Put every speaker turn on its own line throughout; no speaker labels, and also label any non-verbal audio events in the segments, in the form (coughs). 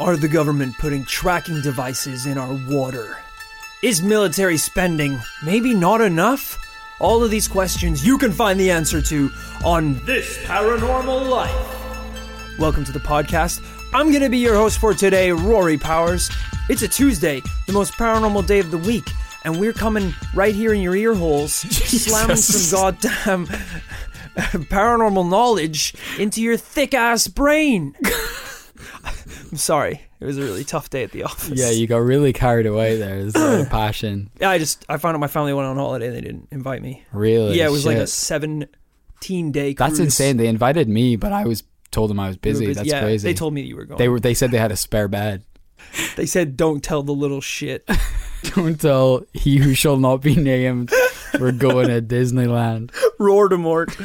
Are the government putting tracking devices in our water? Is military spending maybe not enough? All of these questions you can find the answer to on This Paranormal Life. Welcome to the podcast. I'm going to be your host for today, Rory Powers. It's a Tuesday, the most paranormal day of the week, and we're coming right here in your ear holes, slamming some goddamn (laughs) paranormal knowledge into your thick ass brain. (laughs) I'm sorry. It was a really tough day at the office.
Yeah, you got really carried away there. There's
(clears throat)
a lot of passion.
Yeah, I just I found out my family went on holiday and they didn't invite me.
Really?
yeah, it was like a
Shit.
17 day. Cruise.
That's insane. They invited me, but I was told them I was
We were
busy. That's
yeah,
crazy.
They told me that you were going.
they were they said they had a spare bed. (laughs)
They said, "Don't tell the little shit." (laughs)
Don't tell he who shall not be named. We're going
(laughs)
to Disneyland.
Roar to
(laughs)
Mort.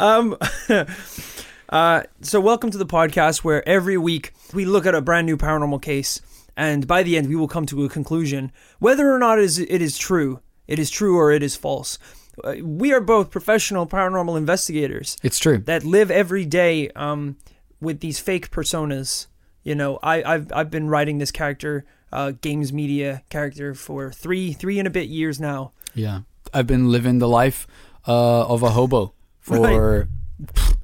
um, (laughs) uh, so welcome to the podcast where every week we look at a brand new paranormal case, and by the end we will come to a conclusion whether or not it is, it is true, it is true or it is false. Uh, we are both professional paranormal investigators.
It's true.
that live every day um, with these fake personas. You know, I, I've I've been writing this character, uh, games media character for three three and a bit years now.
Yeah. I've been living the life uh, of a hobo for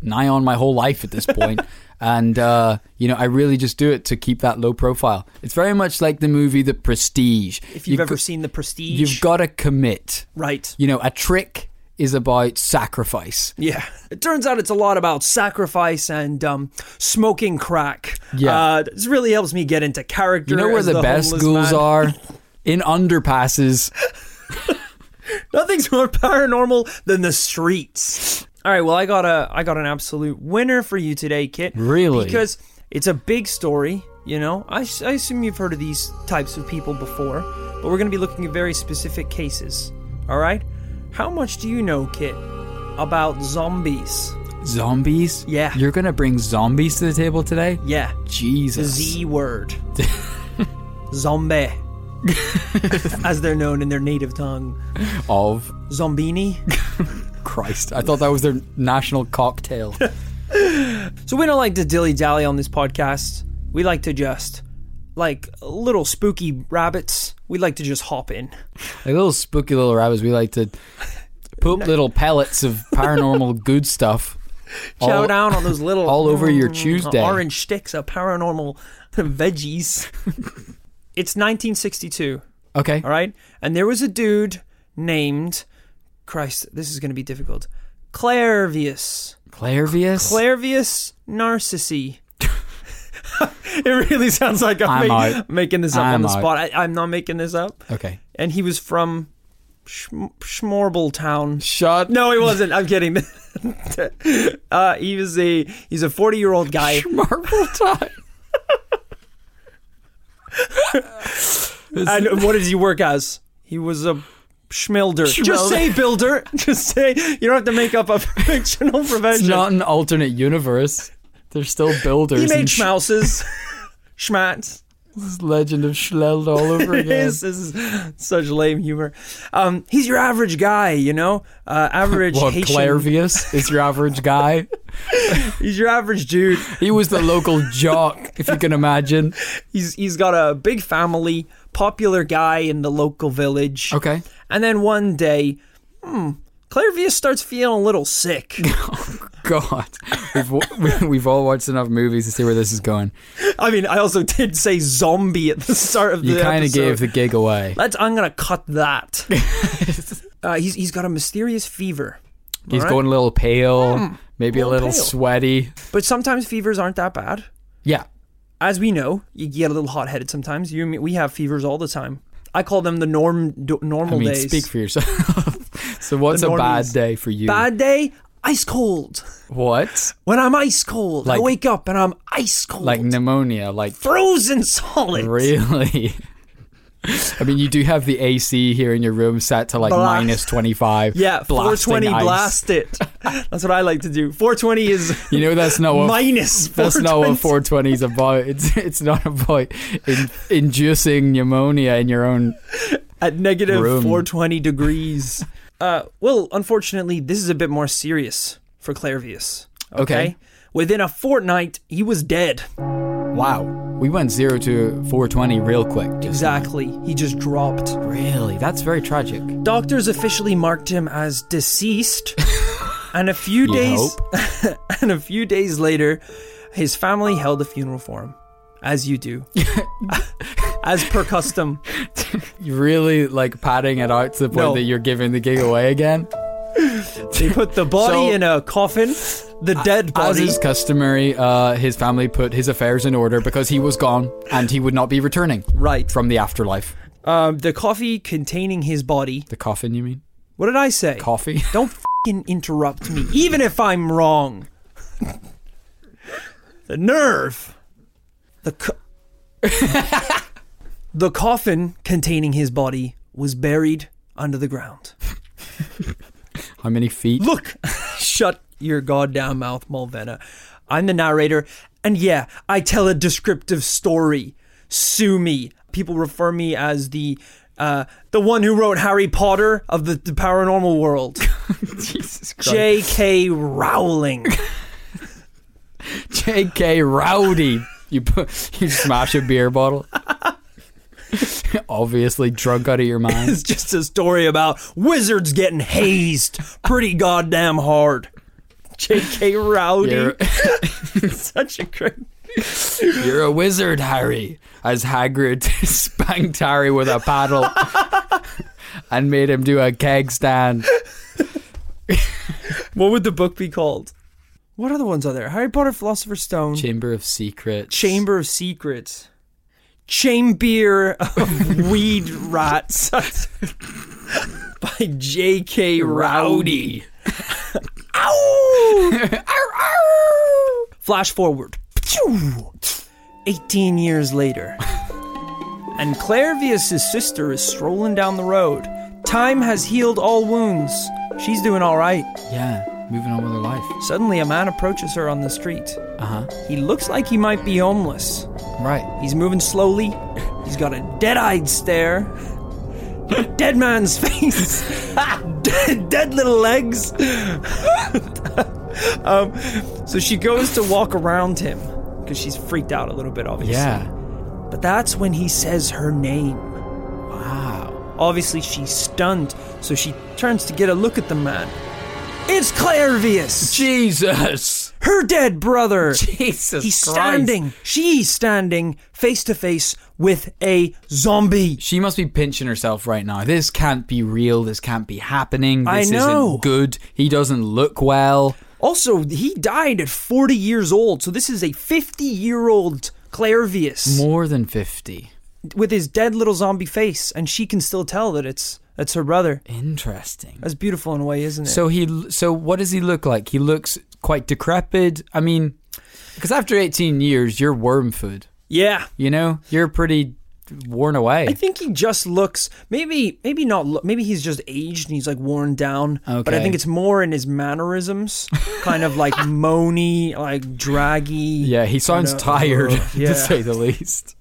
nigh on my whole life at this
(laughs)
point. and, uh, you know, I really just do it to keep that low profile. It's very much like the movie The Prestige.
If you've, ever seen the Prestige,
You've got to commit.
right.
You know, a trick is about sacrifice.
Yeah, it turns out it's a lot about sacrifice and um, smoking crack.
Yeah.
uh, this really helps me get into character.
You know where
as
the, best
homeless
ghouls
man.
are? In underpasses.
Nothing's more paranormal than the streets. All right, well, I got a I got an absolute winner for you today, Kit.
Really?
Because it's a big story, you know. I, s- I assume you've heard of these types of people before, but we're going to be looking at very specific cases. All right? How much do you know, Kit, about zombies?
Zombies?
Yeah.
You're going to bring zombies to the table today?
Yeah, the
Jesus.
Z word. (laughs) Zombie. As they're known in their native tongue.
Of
Zombini?
Christ. I thought that was their
(laughs)
national cocktail.
So we don't like to dilly dally on this podcast. We like to just, like little spooky rabbits, we like to just hop in.
Like little spooky little rabbits, we like to put little pellets of paranormal
(laughs)
good stuff.
Chow
all-
down on those little
(laughs) all over your Tuesday.
orange sticks of paranormal (laughs) veggies.
(laughs)
it's 1962,
Okay.
all right, and there was a dude named Christ. This is going to be difficult. Clairvius,
Clairvius?
Clairvius Narcissi. (laughs) it really sounds like I'm,
I'm
ma-
out.
making this up on
I'm
the
out.
spot. I, I'm not making this up.
okay.
and he was from Schm- Schmorble Town.
Shut
No, he wasn't. I'm kidding. (laughs) uh, he was a he's a 40 year old guy.
Marvel time.
And what did he work as? He was a schmilder. Just
Schmilder.
say builder. (laughs) Just say you don't have to make up a (laughs) fictional
It's
profession.
not an alternate universe. They're still builders.
he made
and sh-
schmouses. Schmats.
this legend of
(laughs)
Schleld all over
It
again.
is. This is such lame humor. Um, he's your average guy, you know? Uh, average
What
Haitian.
Clairvius is your average guy?
He's your average dude.
He was
(laughs)
the local jock, if you can imagine.
He's he's got a big family, popular guy in the local village.
Okay.
And then one day, hmm, Clairvius starts feeling a little
(laughs)
sick.
God, we've wa- (laughs) we've all watched enough movies to see where this is going.
I mean, I also did say zombie at the start of the
You kind of
episode.
gave the gig away.
Let's. I'm gonna cut
(laughs)
that. uh, he's he's got a mysterious fever,
He's
Alright.
going a little pale, maybe a
Hmm. little
little
pale.
sweaty.
but sometimes fevers aren't that bad.
Yeah,
As we know, you get a little hot headed sometimes. You and me- we have fevers all the time. I call them the norm do, normal
I mean,
days.
speak for yourself. (laughs) so, what's a bad
normies.
day for you?
Bad day, ice cold.
What?
When I'm ice cold, I
Like-
wake up and I'm ice cold,
Like pneumonia? Like
frozen solid.
really? I mean, you do have the AC here in your room set to like
Blast.
minus twenty five.
Yeah,
(laughs)
420 blast it. That's what I like to do. 420 is
(laughs) You know that's not what (laughs)
minus
That's not
420.
what 420 is about. It's it's not about in, inducing pneumonia in your own.
at negative
room.
420 degrees. (laughs) uh, well, unfortunately, this is a bit more serious for Clairvius.
Okay.
Within a fortnight, he was dead.
Wow, we went zero to 420 real quick. Just
Exactly. He just dropped.
really, that's very tragic.
Doctors officially marked him as
(laughs)
deceased, and a few days (laughs) and a few days later, his family held a funeral for him, as you
(laughs)
do, as per custom.
You're really like padding it out to the point
No.
that you're giving the gig away again.
They put the body
So-
in a coffin, the dead
As
body.
is customary, uh, his family put his affairs in order because he was gone and he would not be returning
Right.
from the afterlife.
Um, the coffee containing his body.
The coffin, you mean?
What did I say?
Coffee? (laughs)
Don't fing interrupt me, even if I'm wrong. the nerve. The co- (laughs) the coffin containing his body was buried under the ground.
How many feet?
Look, (laughs) shut your goddamn mouth, Mulvena. I'm the narrator, and yeah, I tell a descriptive story. Sue me. People refer me as the uh, the one who wrote Harry Potter of the, the paranormal world.
Jesus Christ.
J.K. Rowling.
J.K. Rowdy. You put, (laughs) you smash a beer bottle. (laughs) Obviously drunk out of your
(laughs)
mind.
It's just a story about wizards getting hazed pretty goddamn hard. J.K. Rowdy. (laughs)
You're,
Such a great.
you're a wizard, Harry. As Hagrid (laughs) spanked Harry with a paddle (laughs) and made him do a keg stand.
What would the book be called? What other ones are there? Harry Potter, Philosopher's Stone,
Chamber of Secrets.
Chamber of Secrets, Chamber of (laughs) Weed Rats (laughs) by J.K. Rowdy.
Rowdy.
(laughs) Ow!
(laughs) Arr, arr.
Flash forward. Pachoo! 18 years later. and Clairvius' sister is strolling down the road. Time has healed all wounds. She's doing all right.
Yeah, moving on with her life.
Suddenly, a man approaches her on the street.
Uh huh.
He looks like he might be homeless.
Right.
He's moving slowly. He's got a dead eyed stare. dead man's face. (laughs) dead, dead little legs. (laughs) um, so she goes to walk around him because she's freaked out a little bit, obviously.
Yeah.
But that's when he says her name.
Wow.
Obviously, she's stunned, so she turns to get a look at the man. It's Clairvius,
Jesus.
her dead brother.
(laughs) Jesus.
He's
Christ.
standing, she's standing face to face with a zombie.
She must be pinching herself right now. This can't be real. This can't be happening.
I
This
know.
isn't good. He doesn't look well.
Also, he died at 40 years old, so this is a 50 year old Clairvius
More than 50.
with his dead little zombie face, and she can still tell that it's that's her brother.
Interesting.
That's beautiful in a way, isn't it?
So he so what does he look like? He looks quite decrepit. I mean, because after 18 years, you're worm food.
yeah,
You know, you're pretty worn away.
I think he just looks maybe maybe not look, maybe he's just aged and he's like worn down. But I
Okay.
think it's more in his mannerisms, kind of
(laughs)
like moany, like draggy.
yeah, he sounds
know.
tired (laughs)
Yeah.
to say the least.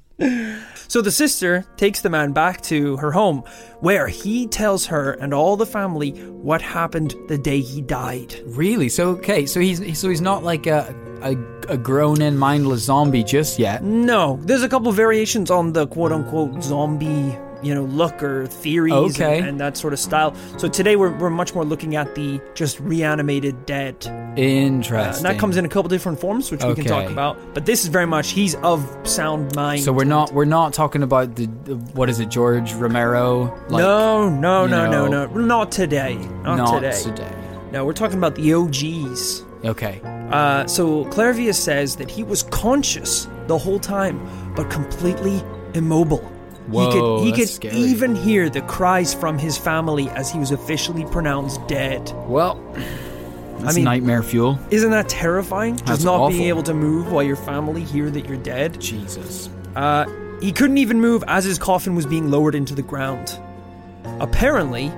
So the sister takes the man back to her home, where he tells her and all the family what happened the day he died.
Really? So okay, so he's so he's not like a a, a grown-in mindless zombie just yet.
No, there's a couple variations on the quote unquote zombie, you know, look or theories and-
Okay.
and, that sort of style. So today we're, we're much more looking at the just reanimated dead.
Interesting.
And that comes in a couple different forms, which we can talk
Okay.
about. But this is very much, he's of sound mind.
So we're not we're not talking about the the- what is it George Romero? Like,
no, no, no, no, no,
No.
Not today. Not,
not
today.
today.
No, we're talking about the OGs.
Okay.
Uh, so Clairvius says that he was conscious the whole time, but completely immobile.
Whoa,
he could, he
that's
could
scary.
even hear the cries from his family as he was officially pronounced dead.
Well, that's
mean-
nightmare fuel.
Isn't that terrifying? Just
That's
not being
awful.
able to move while your family hear that you're dead.
Jesus.
Uh, he couldn't even move as his coffin was being lowered into the ground. Apparently,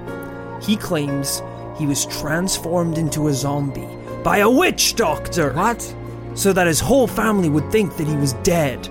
he claims he was transformed into a zombie by a witch doctor.
What?
so that his whole family would think that he was dead.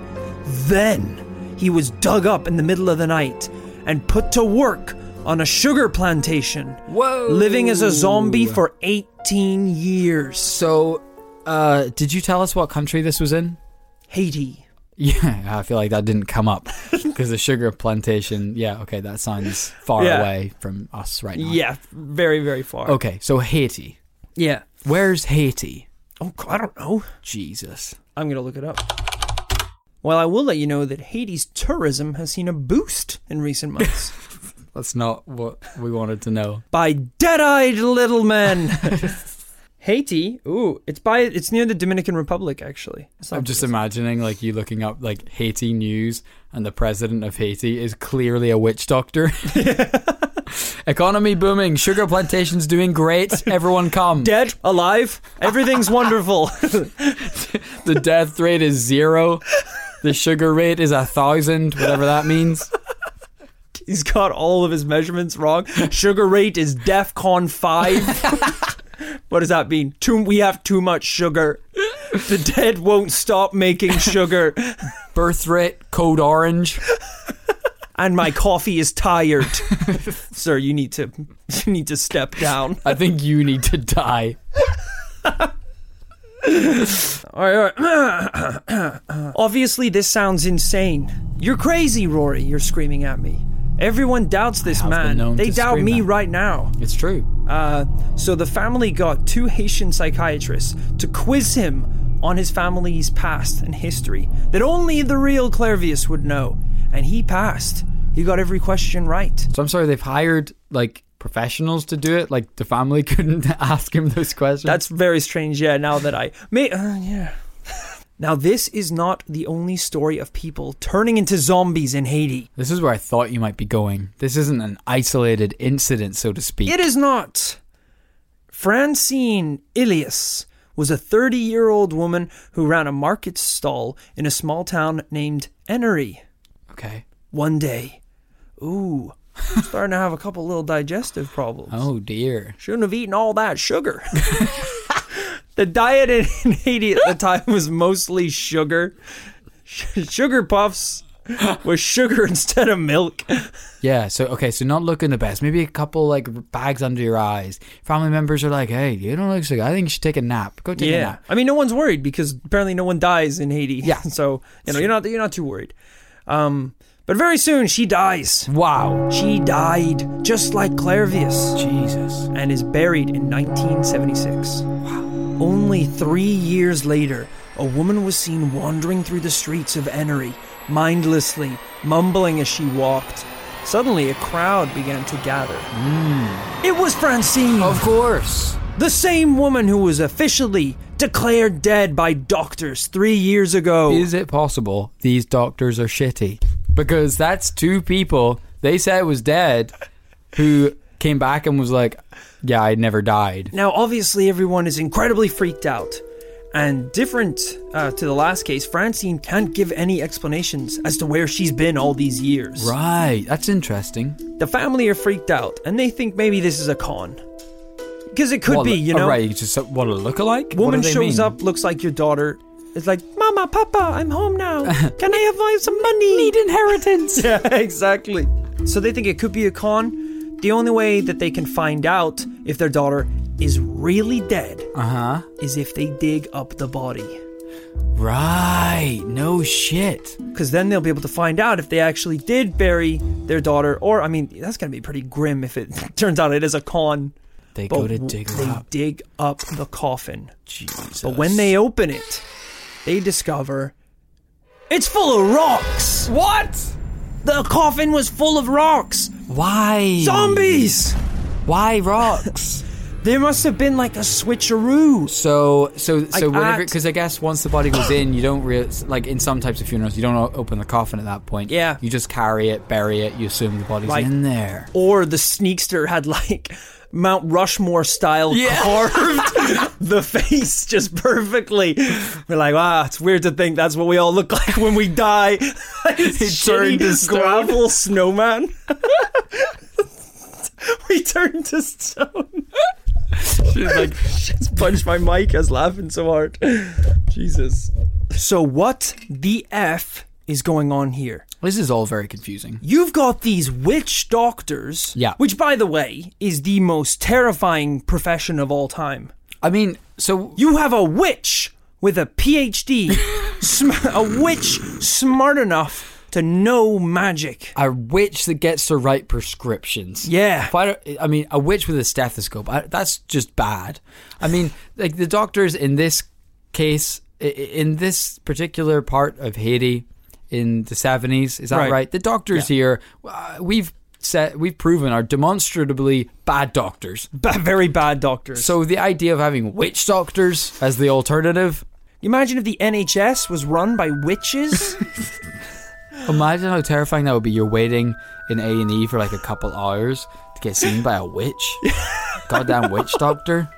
Then he was dug up in the middle of the night and put to work on a sugar plantation,
Whoa.
living as a zombie for 18 years.
So, uh, did you tell us what country this was in? (laughs)
Haiti.
Yeah, I feel like that didn't
(laughs)
come up because the sugar plantation. Yeah, okay, that sounds far
Yeah.
away from us right now.
Yeah, very, very far.
Okay, so Haiti.
Oh, Yeah.
Where's Haiti?
Oh, God, I don't know.
Jesus.
I'm going to look it up. Well, I will let you know that Haiti's tourism has seen a boost in recent months
That's not what we wanted to know.
by dead-eyed little
(laughs)
men. Haiti, ooh, it's by it's near the Dominican Republic actually. It's not-
I'm just imagining like you looking up like Haiti news and the president of Haiti is clearly a witch (laughs) doctor. Economy booming, sugar plantations doing great, everyone (laughs) come.
dead, alive, everything's (laughs) wonderful.
the death rate is zero. The sugar rate is a thousand, whatever that means.
He's got all of his measurements wrong. Sugar rate is DEFCON
(laughs)
5. what does that mean? Too, we have too much sugar. The dead won't stop making sugar.
Birth rate, code orange.
And my coffee is
(laughs)
tired. Sir, you need to you need to step down.
I think you need to die.
All right, all right. (coughs) Obviously this sounds insane. You're crazy, Rory, you're screaming at me. Everyone doubts this
have been
man.
known
They
to
doubt
scream
me
at-
right now.
It's true.
Uh, so the family got two Haitian psychiatrists to quiz him on his family's past and history that only the real Clairvius would know. And he passed. He got every question right.
So I'm sorry, they've hired like professionals to do it. Like the family (laughs) couldn't ask him those questions.
That's very strange, yeah, now that I. May, uh, yeah. (laughs) Now, this is not the only story of people turning into zombies in Haiti.
This is where I thought you might be going. This isn't an isolated incident, so to speak.
It is not. Francine Ilias was a 30 year old woman who ran a market stall in a small town named Ennery.
okay.
one day. Ooh, I'm starting to have a couple little digestive problems.
Oh dear.
Shouldn't have eaten all that sugar. (laughs) the diet in in Haiti at the time was mostly sugar, Sh- sugar puffs with sugar instead of milk.
Yeah. So okay. So not looking the best. Maybe a couple like r- bags under your eyes. Family members are like, "Hey, you don't look so good. I think you should take a nap. Go take a
Yeah,
nap."
I mean, no one's worried because apparently no one dies in Haiti. (laughs)
Yeah.
so you know you're not you're not too worried. Um, but very soon she dies.
Wow.
She died just like Clairvius.
Jesus.
and is buried in 1976. Only three years later, a woman was seen wandering through the streets of Ennery, mindlessly, mumbling as she walked. Suddenly, a crowd began to gather. It was Francine,
Of course.
the same woman who was officially declared dead by doctors three years ago.
Is it possible these doctors are shitty? Because that's two people they said was dead, who came back and was like, "Yeah, I never died."
Now, obviously, everyone is incredibly freaked out. And different uh, to the last case, Francine can't give any explanations as to where she's been all these years.
Right. That's interesting.
The family are freaked out, and they think maybe this is a con. Because it could
What,
be,
li-
you
oh,
know.
right? You just what a lookalike. What
Woman
do they
shows
mean?
up, looks like your daughter. It's like, Mama, Papa, I'm home
(laughs)
now. Can I have my- some money?
Need inheritance. (laughs)
yeah, (laughs) exactly. So they think it could be a con. The only way that they can find out if their daughter is really dead
Uh huh.
is if they dig up the body.
Right. No shit.
because then they'll be able to find out if they actually did bury their daughter. Or, I mean, that's going to be pretty grim if it (laughs) turns out it is a con.
They
But
go to dig her
they
up.
dig up the coffin.
Jesus.
But when they open it, they discover it's full of rocks.
what?
The coffin was full of rocks.
Why?
Zombies. (laughs)
Why rocks?
There must have been like a switcheroo.
so so so
Like
whenever
that.
because I guess once the body goes in, you don't real like in some types of funerals, you don't o- open the coffin at that point.
Yeah.
You just carry it, bury it. You assume the body's
Right.
in there.
Or the sneakster had like Mount Rushmore style
Yeah. (laughs)
carved the face just perfectly. We're like, wow, it's weird to think that's what we all look like when we die. (laughs) it's
turned to stone.
gravel snowman. (laughs) we turned to stone. She's (laughs) like, she's punched my mic. I was laughing so hard. Jesus. So what the f is going on here?
This is all very confusing.
You've got these witch doctors.
Yeah.
Which, by the way, is the most terrifying profession of all time.
I mean, so
You have a witch with a PhD (laughs) sm- a witch smart enough to know magic.
A witch that gets to write prescriptions.
Yeah.
If I, don't- I mean, a witch with a stethoscope, I, that's just bad. I mean, like the doctors in this case, i- i- in this particular part of Haiti in the 70s, is that
Right.
right? The doctors here, uh, we've said, we've proven are demonstrably bad doctors.
Ba- very bad doctors.
So the idea of having witch doctors as the alternative,
Imagine if the NHS was run by witches.
imagine how terrifying that would be. You're waiting in A and E for like a couple hours to get seen by a witch, goddamn witch doctor.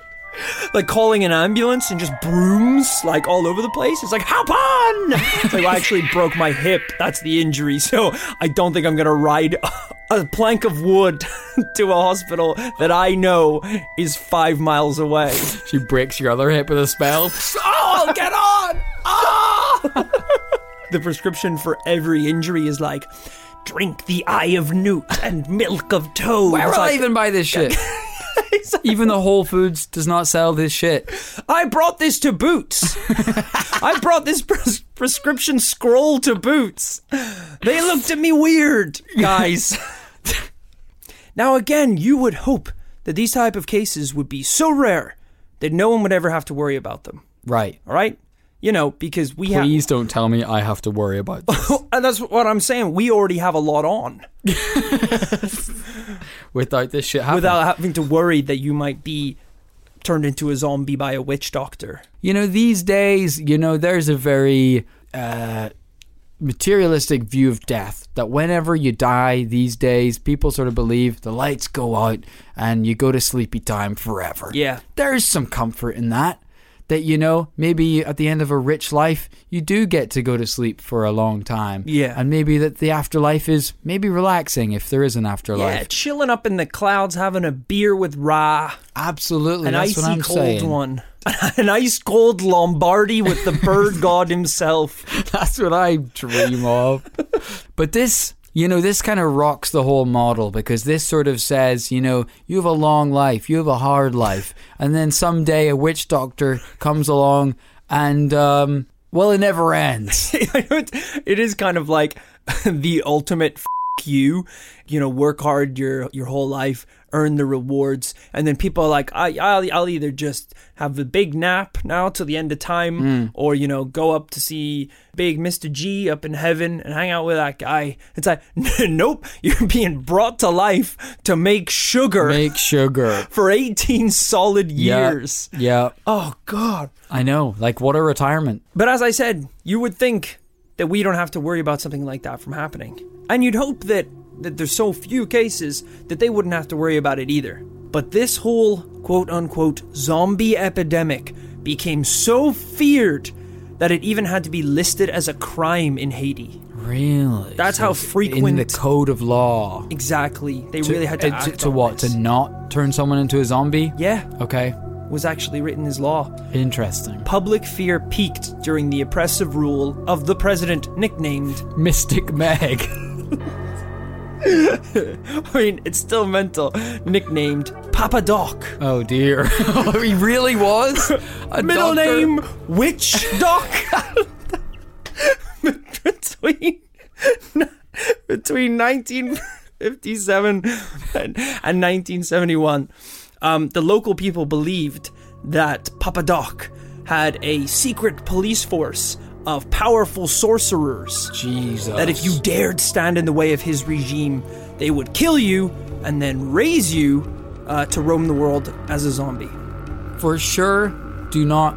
like calling an ambulance and just brooms like all over the place. It's like hop on. It's like well, I actually broke my hip. That's the injury. So I don't think I'm gonna ride a plank of wood (laughs) to a hospital that I know is five miles away.
She breaks your other hip with a spell.
oh, I'll get on. Oh! (laughs) the prescription for every injury is like. Drink the eye of newt and milk of toad.
Where
It's
will I
like,
even buy this shit? Even the Whole Foods does not sell this shit.
I brought this to Boots. I brought this pres- prescription scroll to Boots. They looked at me weird, guys. (laughs) now again, you would hope that these type of cases would be so rare that no one would ever have to worry about them.
Right.
All right? You know, because we have
Please don't tell me I have to worry about this.
and that's what I'm saying. We already have a lot on
without this shit happening.
without having to worry that you might be turned into a zombie by a witch doctor.
you know, these days, you know, there's a very uh, materialistic view of death that whenever you die these days, people sort of believe the lights go out and you go to sleepy time forever.
Yeah.
There is some comfort in that. That, you know, maybe at the end of a rich life, you do get to go to sleep for a long time.
Yeah.
And maybe that the afterlife is maybe relaxing if there is an
Yeah,
afterlife.
chilling up in the clouds, having a beer with Ra.
Absolutely.
an
that's
icy
what I'm
cold
saying.
one, (laughs) an ice cold Lombardi with the
(laughs)
bird god himself. (laughs)
That's what I dream of. but this, you know, this kind of rocks the whole model because this sort of says, you know, you have a long life, you have a hard life, and then someday a witch doctor comes along and, um, well, it never ends.
(laughs) it is kind of like (laughs) the ultimate f- you. You know, work hard your your whole life, earn the rewards, and then people are like, I I'll, I'll either just have a big nap now till the end of time,
Hmm.
or you know, go up to see big Mister G up in heaven and hang out with that guy. It's like, (laughs) nope, you're being brought to life to make sugar.
Make sugar.
for 18 solid
Yeah.
years.
Yeah.
Oh God!
I know. Like, what a retirement.
But as I said, you would think that we don't have to worry about something like that from happening, and you'd hope that that there's so few cases that they wouldn't have to worry about it either. But this whole quote unquote zombie epidemic became so feared that it even had to be listed as a crime in Haiti.
Really?
That's how
In the
frequent.
code of law.
exactly, they really had to
Uh,
act
to
on
what?
this.
To not turn someone into a zombie?
yeah,
Okay.
was actually written as law.
Interesting.
public fear peaked during the oppressive rule of the president nicknamed.
Mystic Meg. (laughs)
I mean, it's still mental. Nicknamed Papa Doc.
Oh dear. (laughs) he really was? (laughs) A
Middle
doctor?
name Witch Doc. between between 1957 and, and 1971, um, the local people believed that Papa Doc had a secret police force of powerful sorcerers.
Jesus.
that if you dared stand in the way of his regime, they would kill you and then raise you uh, to roam the world as a zombie.
for sure do not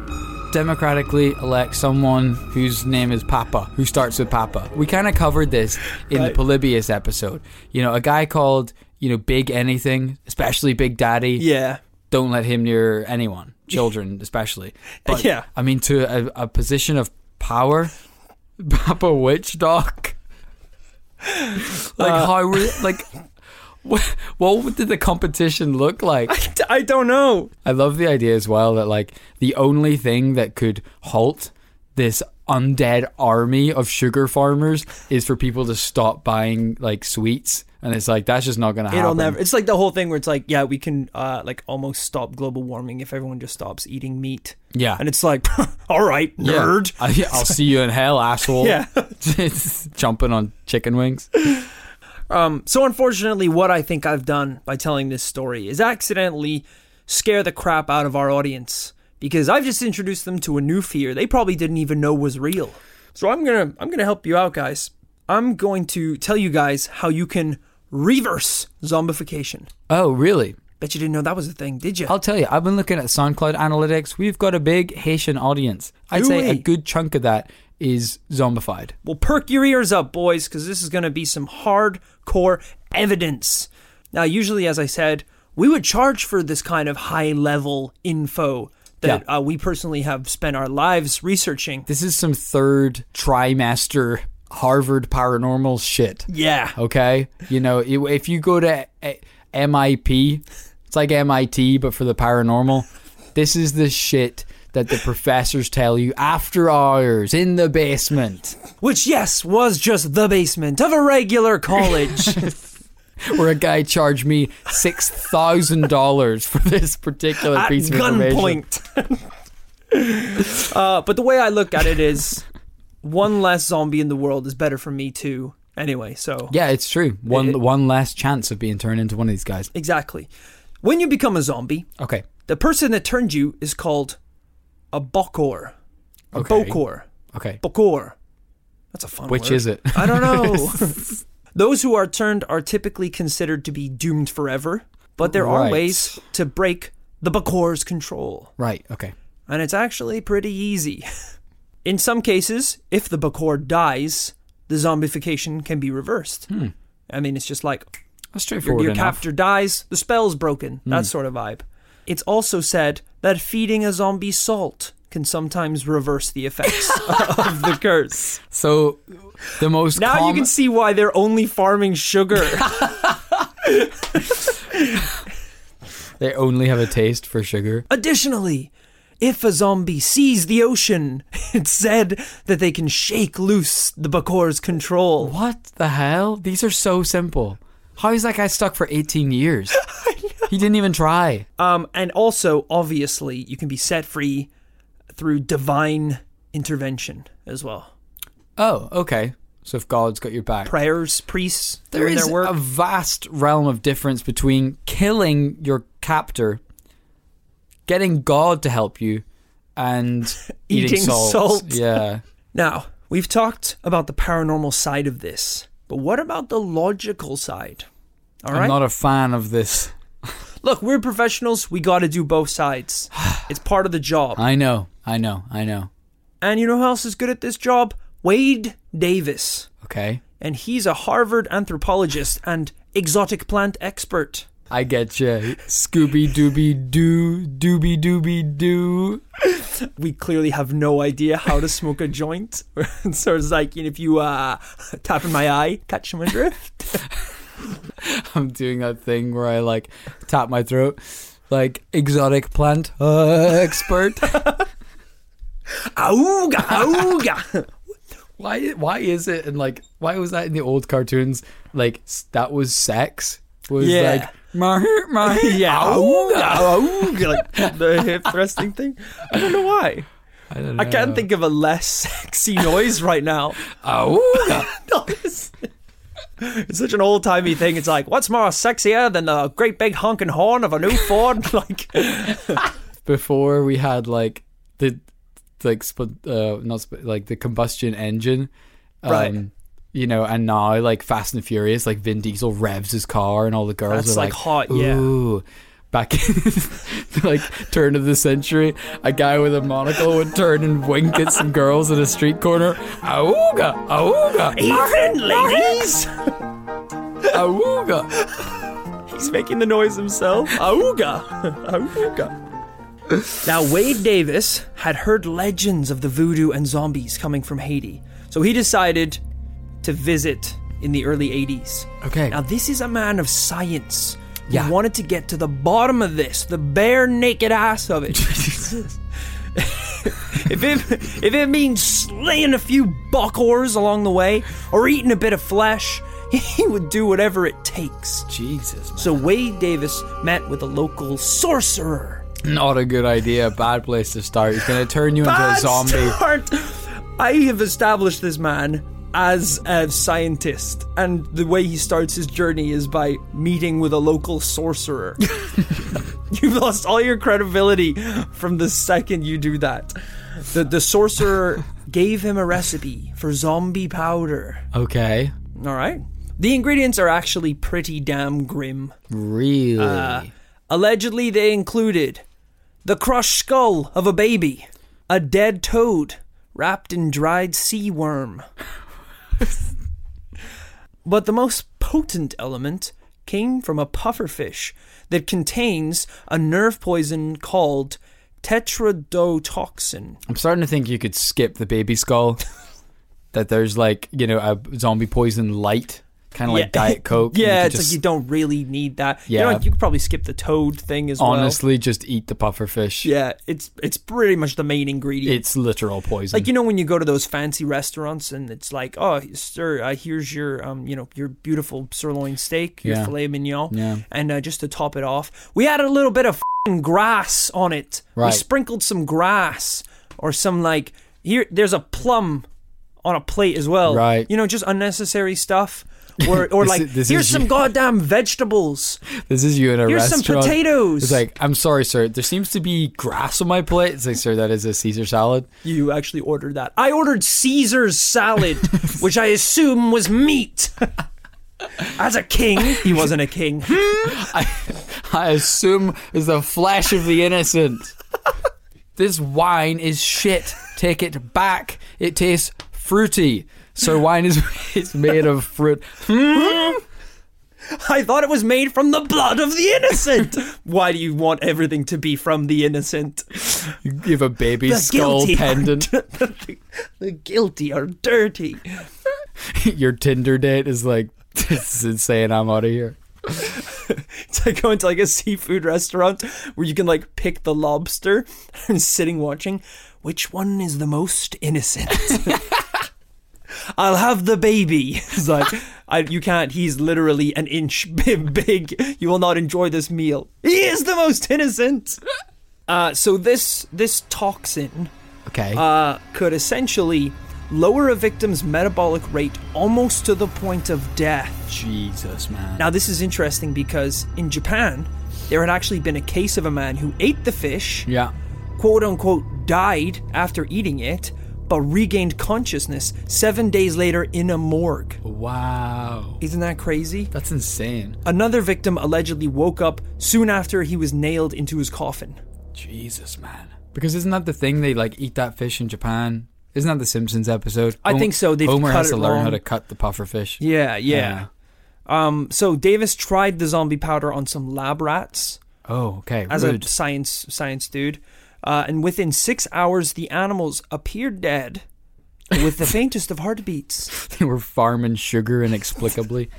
democratically elect someone whose name is Papa, who starts with Papa. We kind of covered this in
Right.
the Polybius episode. You know, a guy called, you know, Big Anything, especially Big Daddy.
Yeah.
Don't let him near
(laughs)
anyone, children especially. But,
Yeah.
I mean, to a, a position of power, (laughs) Papa Witch Doc. Like
Uh.
how were like, (laughs) what, what did the competition look like?
(laughs) I don't know.
I love the idea as well that like the only thing that could halt this undead army of sugar farmers is for people to stop buying like sweets and it's like that's just not gonna happen.
It'll never. It's like the whole thing where it's like, yeah, we can uh, like almost stop global warming if everyone just stops eating meat.
Yeah.
And it's like, (laughs) all right,
Yeah.
nerd.
I, will see you in hell, asshole. (laughs)
Yeah.
Jumping on chicken wings.
Um, so unfortunately, what I think I've done by telling this story is accidentally scare the crap out of our audience because I've just introduced them to a new fear they probably didn't even know was real. So I'm gonna I'm gonna help you out, guys. I'm going to tell you guys how you can reverse zombification.
Oh, really?
Bet you didn't know that was a thing, did you?
I'll tell you, I've been looking at SoundCloud analytics. We've got a big Haitian audience. I'd
Do
say a
we?
good chunk of that is zombified.
Well, perk your ears up, boys, because this is going to be some hardcore evidence. Now, usually, as I said, we would charge for this kind of high level info that uh, we personally have spent our lives researching.
This is some third trimester Harvard paranormal shit.
Yeah.
Okay? You know, i- if you go to eh, MIP, it's like MIT, but for the paranormal. This is the shit that the professors tell you after hours in the basement.
(laughs) Which, yes, was just the basement of a regular
(laughs)
college.
where a guy charged me six thousand dollars for this particular
at
piece of information.
gunpoint. (laughs) uh, but the way I look at it is one less zombie in the world is better for me, too. Anyway, so.
Yeah, it's true. One
It-
one last chance of being turned into one of these guys.
Exactly. When you become a zombie,
Okay.
The person that turned you is called a bokor. A
Okay.
bokor.
Okay.
Bokor. That's a fun
Which
word.
is it?
I don't
(laughs)
know. (laughs) Those who are turned are typically considered to be doomed forever, but there
Right.
are ways to break the bokor's control.
Right. Okay.
And it's actually pretty easy. (laughs) In some cases, if the bokor dies, the zombification can be reversed.
Hmm.
I mean, it's just like
That's
your,
straightforward
your
enough. Hmm.
captor dies, the spell's broken, that sort of vibe. It's also said that feeding a zombie salt can sometimes reverse the
(laughs)
effects of the curse.
so the most
Now
common,
you can see why they're only farming
(laughs)
sugar.
they only have a taste for sugar.
Additionally, if a zombie sees the ocean, (laughs) it's said that they can shake loose the Bakor's control.
What the hell? These are so simple. How is that guy stuck for
(laughs)
18 years? He didn't even try.
Um, and also, obviously, you can be set free through divine intervention as well.
Oh, okay. So if God's got your back.
Prayers, priests,
there
doing
is
their work.
a vast realm of difference between killing your captor, getting God to help you, and eating,
(laughs) Eating
salt.
salt. (laughs)
Yeah.
Now, we've talked about the paranormal side of this, but what about the logical side? All
I'm
right.
not a fan of this.
Look, we're professionals. We got to do both sides.
(sighs)
It's part of the job.
I know. I know. I know.
And you know who else is good at this job? Wade Davis.
Okay.
And he's a Harvard anthropologist and exotic plant expert.
I get you. Scooby Dooby Doo, Dooby Dooby Doo. (laughs)
We clearly have no idea how to smoke a joint. (laughs) so it's like if you uh, (laughs) tap in my eye, catch my
(laughs)
drift.
I'm doing that thing where I like tap my throat, like exotic plant (laughs) uh, expert.
Auga, auga.
Why? Why is it? And like, why was that in the old cartoons? Like s- that was sex. Was
Yeah.
like "Mar- (laughs) mar-
(laughs) yeah,
ow."
like the hip thrusting thing. I don't know why.
I, don't
I can't
know.
think of a less sexy noise right now.
Ow.
(laughs) No, it's, (laughs) it's such an old timey thing. It's like, what's more sexier than the great big honking horn of a new Ford? (laughs) like,
Before we had like the like sp- uh, not sp- like the combustion engine, um,
Right.
You know, and now like Fast and Furious, like Vin Diesel revs his car, and all the girls
That's,
are
like,
like
hot, yeah.
Ooh. Back in (laughs) like turn of the century, a guy with a monocle would turn and wink at some girls in a street corner. Auga,
(laughs)
auga,
even ladies?
auga.
He's making the noise himself. Auga. (laughs) Auga. Now, Wade Davis had heard legends of the voodoo and zombies coming from Haiti, so he decided to visit in the early 80s.
Okay.
Now, this is a man of science. He
Yeah.
wanted to get to the bottom of this, the bare naked ass of it. (laughs) if, it if it means slaying a few buckors along the way or eating a bit of flesh, (laughs) he would do whatever it takes.
Jesus, man.
So Wade Davis met with a local sorcerer.
Not a good idea. Bad place to start. He's going to turn you into a
Bad
zombie.
start. I have established this man as a scientist, and the way he starts his journey is by meeting with a local sorcerer. You've lost all your credibility from the second you do that. The, the sorcerer gave him a recipe for zombie powder.
Okay.
All right. The ingredients are actually pretty damn grim.
Really?
Allegedly, they included the crushed skull of a baby, a dead toad wrapped in dried sea
(laughs)
worm. but the most potent element came from a pufferfish that contains a nerve poison called tetrodotoxin.
I'm starting to think you could skip the
(laughs)
baby skull. that there's like, you know, a zombie poison light, kind of like
(laughs)
Diet Coke. and you
yeah,
could
it's like
just
you don't really need that.
Yeah.
You, know, you could probably skip the toad thing as well.
honestly just eat the pufferfish.
Yeah, it's it's pretty much the main ingredient.
It's literal poison.
Like you know when you go to those fancy restaurants and it's like, oh, sir, uh, here's your um, you know, your beautiful sirloin steak, your
Yeah.
filet mignon,
Yeah.
and uh, just to top it off, we added a little bit of fing grass on it. We
Right.
sprinkled some grass or some like here. There's a plum on a plate as well.
Right.
You know, just unnecessary stuff. Or, or
(laughs) This
like,
is- this
here's
is
some
you.
goddamn vegetables.
This is you in a
Here's some
restaurant.
potatoes.
It's like, I'm sorry, sir. There seems to be grass on my plate. It's like, sir, that is a Caesar salad.
You actually ordered that. I ordered Caesar's (laughs) salad, which I assume was meat. As a king, he wasn't a king. Hmm?
I assume is the flesh of the innocent. this wine is shit. Take it back. It tastes fruity. So wine is (laughs) it's made of fruit.
I thought it was made from the blood of the (laughs) innocent. Why do you want everything to be from the innocent? (laughs)
You have a baby
The
skull
guilty
pendant. (laughs)
The guilty are dirty.
Your Tinder date is like, (laughs) this is insane. I'm out of here.
It's like going (laughs) to like a seafood restaurant where you can like pick the lobster (laughs) and sitting watching. Which one is the most innocent? (laughs) I'll have the baby. (laughs) It's like I, you can't. He's literally an inch (laughs) bi- big. You will not enjoy this meal. He is the most innocent. (laughs) Uh, so this this toxin
Okay.
uh, could essentially lower a victim's metabolic rate almost to the point of death.
Jesus, man.
Now, this is interesting because in Japan, there had actually been a case of a man who ate the fish,
yeah.
quote unquote, died after eating it, but regained consciousness seven days later in a morgue.
Wow.
Isn't that crazy?
That's insane.
Another victim allegedly woke up soon after he was nailed into his coffin.
Jesus, man. Because isn't that the thing they like eat that fish in Japan? Isn't that the Simpsons episode?
I think so, they've
Homer
cut
has
it
to learn
wrong.
how to cut the puffer fish.
Yeah, yeah. Um, so Davis tried the zombie powder on some lab rats.
Oh, okay.
as
Rude.
a science science dude. Uh, and within six hours, the animals appeared dead, with
(laughs)
the faintest of heartbeats.
they (laughs) were farming sugar
(laughs)
inexplicably.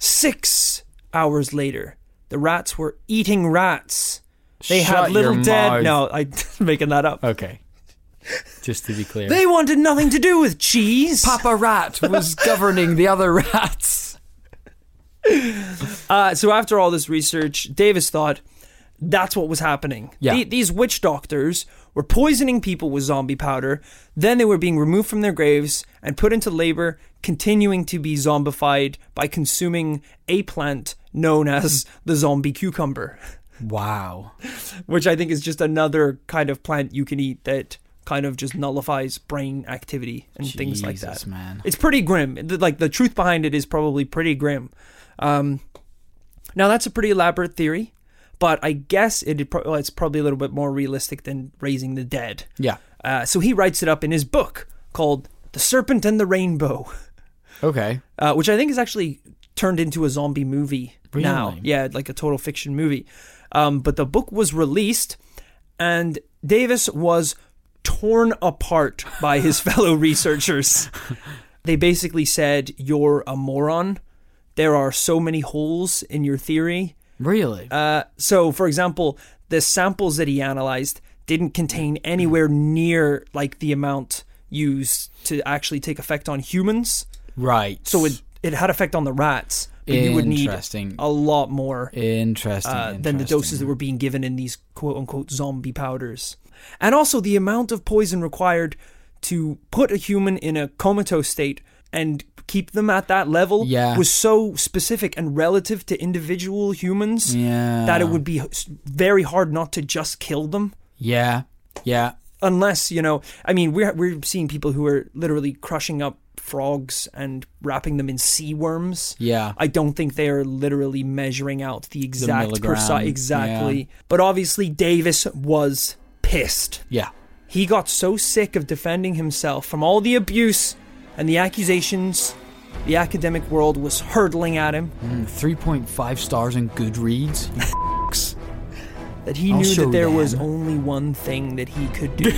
Six hours later, the rats were eating rats. They
Shut
had little
your
dead.
mouth.
No, I'm (laughs) making that up.
Okay. Just to be clear.
They wanted nothing to do with cheese.
Papa Rat (laughs) was governing the other rats.
Uh, so after all this research, Davis thought that's what was happening.
Yeah.
The- these witch doctors were poisoning people with zombie powder. Then they were being removed from their graves and put into labor, continuing to be zombified by consuming a plant known as the zombie cucumber, (laughs)
Wow.
which I think is just another kind of plant you can eat that kind of just nullifies brain activity and things like that.
Jesus, man.
It's pretty grim. The- Like the truth behind it is probably pretty grim. Um, now that's a pretty elaborate theory, but I guess it pro- well, it's probably a little bit more realistic than raising the dead.
Yeah.
Uh, so he writes it up in his book called "The Serpent and the Rainbow," (laughs)
Okay.
uh, which I think is actually turned into a zombie movie now.
Really?
Yeah, like a total fiction movie. Um, but the book was released, and Davis was torn apart by his fellow researchers. They basically said, "You're a moron. There are so many holes in your theory."
Really?
Uh, so, for example, the samples that he analyzed didn't contain anywhere near like the amount used to actually take effect on humans.
right.
So it it had effect on the rats, but you would need
Interesting.
a lot more
Interesting.
uh, than the
interesting.
doses that were being given in these quote unquote zombie powders. And also the amount of poison required to put a human in a comatose state and keep them at that level
Yeah.
was so specific and relative to individual humans
Yeah.
that it would be h- very hard not to just kill them.
Yeah. Yeah.
Unless, you know, I mean, we're, we're seeing people who are literally crushing up frogs and wrapping them in sea worms.
Yeah.
I don't think they are literally measuring out the exact
milligram,
perci- exactly. But obviously Davis was pissed.
Yeah.
He got so sick of defending himself from all the abuse and the accusations the academic world was hurtling at him
Mm, 3.5 stars in Goodreads. You f***s.
that he
I'll
knew
show
that there was
them.
only one thing that he could do.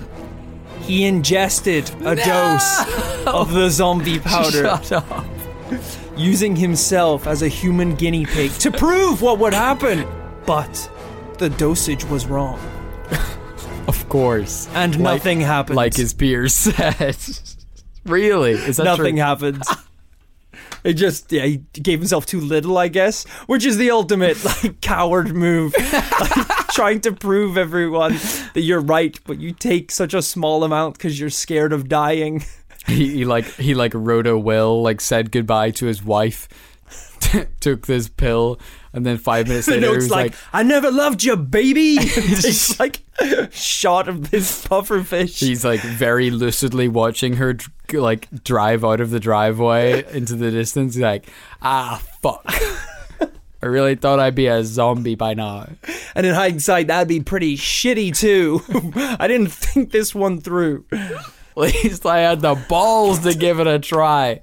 (laughs) he ingested a dose of the
(laughs)
zombie powder
Shut up.
using himself as a human guinea pig to prove what would happen. But the dosage was wrong.
(laughs) Of course.
and
Like-
nothing happens.
Like his (laughs) peers said. really? Is that
nothing
(laughs) true?
happens. It just yeah, he gave himself too little, I guess, which is the ultimate (laughs) like coward move, (laughs) like, trying to prove everyone that you're right, but you take such a small amount because you're scared of dying. (laughs)
he, he like he like wrote a will, like said goodbye to his wife, (laughs) took this pill, and then five
(laughs)
minutes
The
later he
note's
was
like,
like,
"I never loved you,
(laughs)
baby." (laughs) It's like shot of this pufferfish.
She's like very lucidly watching her dr- like drive out of the driveway into the distance. He's like, ah, fuck. I really thought I'd be a zombie by now.
And in hindsight, that'd be pretty shitty too. (laughs) I didn't think this one through.
At least I had the balls to give it a try.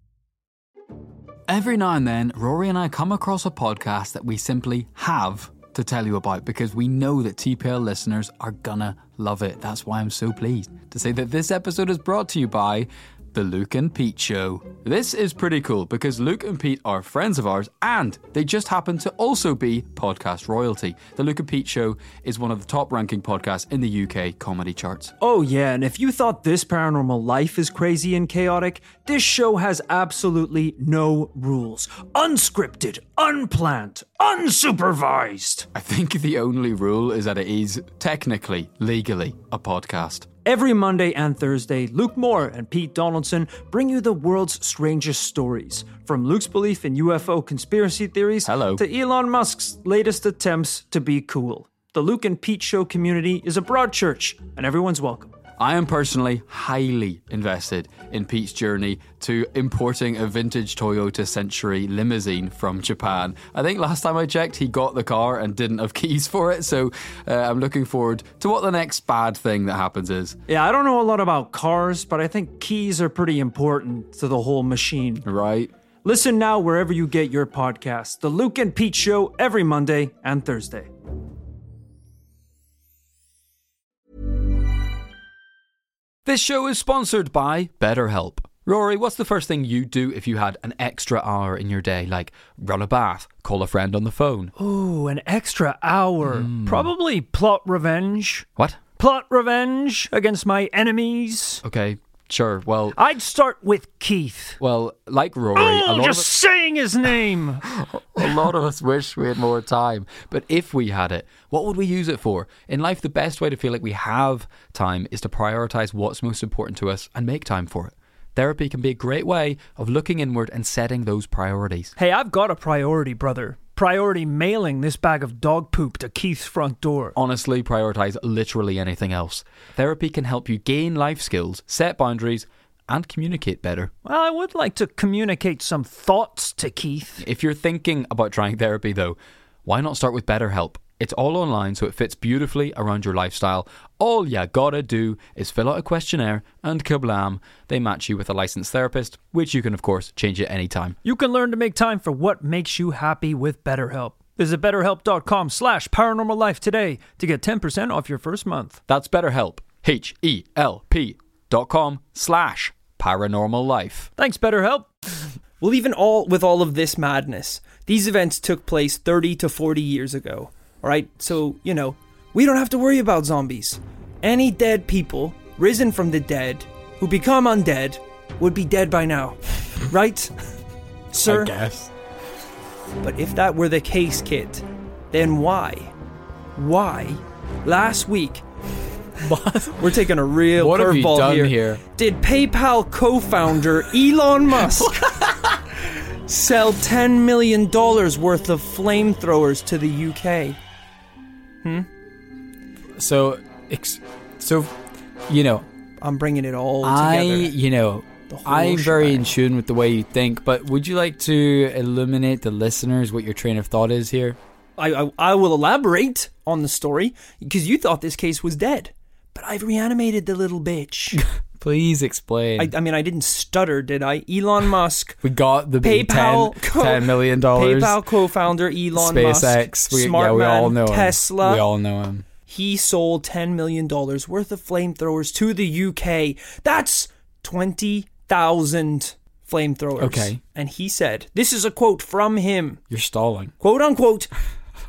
Every now and then, Rory and I come across a podcast that we simply have to tell you about because we know that TPL listeners are gonna love it. That's why I'm so pleased to say that this episode is brought to you by The Luke and Pete Show. This is pretty cool because Luke and Pete are friends of ours and they just happen to also be podcast royalty. The Luke and Pete Show is one of the top ranking podcasts in the UK comedy charts.
Oh, yeah, and if you thought this paranormal life is crazy and chaotic, this show has absolutely no rules. Unscripted, unplanned, unsupervised.
I think the only rule is that it is technically, legally, a podcast.
Every Monday and Thursday, Luke Moore and Pete Donaldson bring you the world's strangest stories. From Luke's belief in UFO conspiracy theories
Hello.
to Elon Musk's latest attempts to be cool. The Luke and Pete Show community is a broad church, and everyone's welcome.
I am personally highly invested in Pete's journey to importing a vintage Toyota Century limousine from Japan. I think last time I checked, he got the car and didn't have (laughs) keys for it. So uh, I'm looking forward to what the next bad thing that happens is.
Yeah, I don't know a lot about cars, but I think keys are pretty important to the whole machine.
Right?
Listen now wherever you get your podcast. The Luke and Pete Show every Monday and Thursday.
This show is sponsored by BetterHelp. Rory, what's the first thing you'd do if you had an extra hour in your day? Like run a bath, call a friend on the phone.
Ooh, an extra hour.
Hmm.
Probably plot revenge.
What?
Plot revenge against my enemies.
Okay, sure. Well,
I'd start with Keith.
well, like Rory, a lot of us-
saying his name.
A lot of us wish we had more time. But if we had it, what would we use it for? In life, the best way to feel like we have time is to prioritize what's most important to us and make time for it. Therapy can be a great way of looking inward and setting those priorities.
hey, I've got a priority, brother. Priority mailing this bag of dog poop to Keith's front door.
Honestly, prioritize literally anything else. Therapy can help you gain life skills, set boundaries, and communicate better.
Well, I would like to communicate some thoughts to Keith.
If you're thinking about trying therapy, though, why not start with BetterHelp?
It's all online, so it fits beautifully around your lifestyle. All you gotta do is fill out a questionnaire, and kablam, they match you with a licensed therapist, which you can, of course, change at any time.
You can learn to make time for what makes you happy with BetterHelp. Visit betterhelp.com slash paranormal life today to get 10% off your first month.
That's BetterHelp, H E L P dot com slash paranormal life.
Thanks, BetterHelp. Well, even all with all of this madness, these events took place 30 to 40 years ago. All right, so you know we don't have to worry about zombies. Any dead people risen from the dead who become undead would be dead by now, (laughs) right, sir?
I guess.
But if that were the case, Kit, then why, why, last
(laughs)
week? We're taking a real
What have you
curveball
done
here.
here?
Did PayPal co-founder Elon Musk sell 10 million dollars worth of flamethrowers to the UK?
So, ex- so, you know,
I'm bringing it all
I,
together.
you know,
whole
I'm very in
shebang.
tune with the way you think. But would you like to illuminate the listeners what your train of thought is here?
I, I I will elaborate on the story because you thought this case was dead, but I've reanimated the little (laughs) bitch.
Please explain.
I, I mean, I didn't stutter, did I? Elon Musk.
we got the big (laughs)
PayPal,
10
co-
$10 million dollars.
PayPal co-founder Elon Musk,
SpaceX. We,
smart
yeah, we
man,
all know him.
Tesla.
We all know him.
he sold $10 million worth of flamethrowers to the UK. That's 20,000 flamethrowers.
Okay.
And he said, this is a quote from him,
You're stalling.
quote unquote,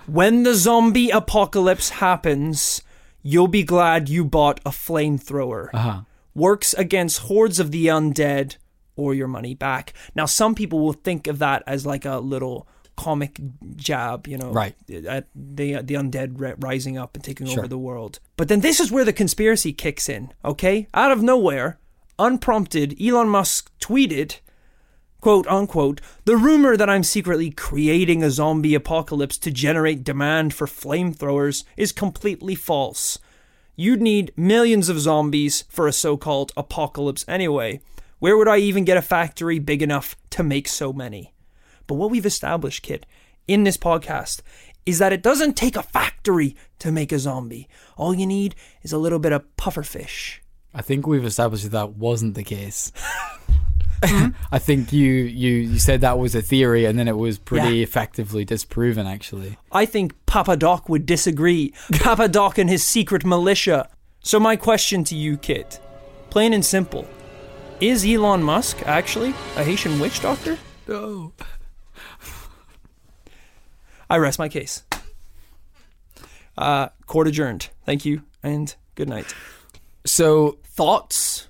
when the zombie apocalypse happens, you'll be glad you bought a flamethrower. Uh-huh. Works against hordes of the undead or your money back. Now, some people will think of that as like a little comic jab, you know,
Right.
at the uh, the undead ri- rising up and taking
Sure.
over the world. But then this is where the conspiracy kicks in, okay? Out of nowhere, unprompted, Elon Musk tweeted, quote unquote, the rumor that I'm secretly creating a zombie apocalypse to generate demand for flamethrowers is completely false. You'd need millions of zombies for a so called apocalypse anyway. Where would I even get a factory big enough to make so many? But what we've established, Kit, in this podcast is that it doesn't take a factory to make a zombie. All you need is a little bit of pufferfish.
I think we've established that, that wasn't the case.
Hmm?
(laughs) I think you, you you said that was a theory, and then it was pretty
Yeah.
effectively disproven. Actually,
I think Papa Doc would disagree. (laughs) Papa Doc and his secret militia. So, my question to you, Kit, plain and simple Is Elon Musk actually a Haitian witch doctor? Oh.
no.
I rest my case. Uh, court adjourned. Thank you and good night.
So
Thoughts?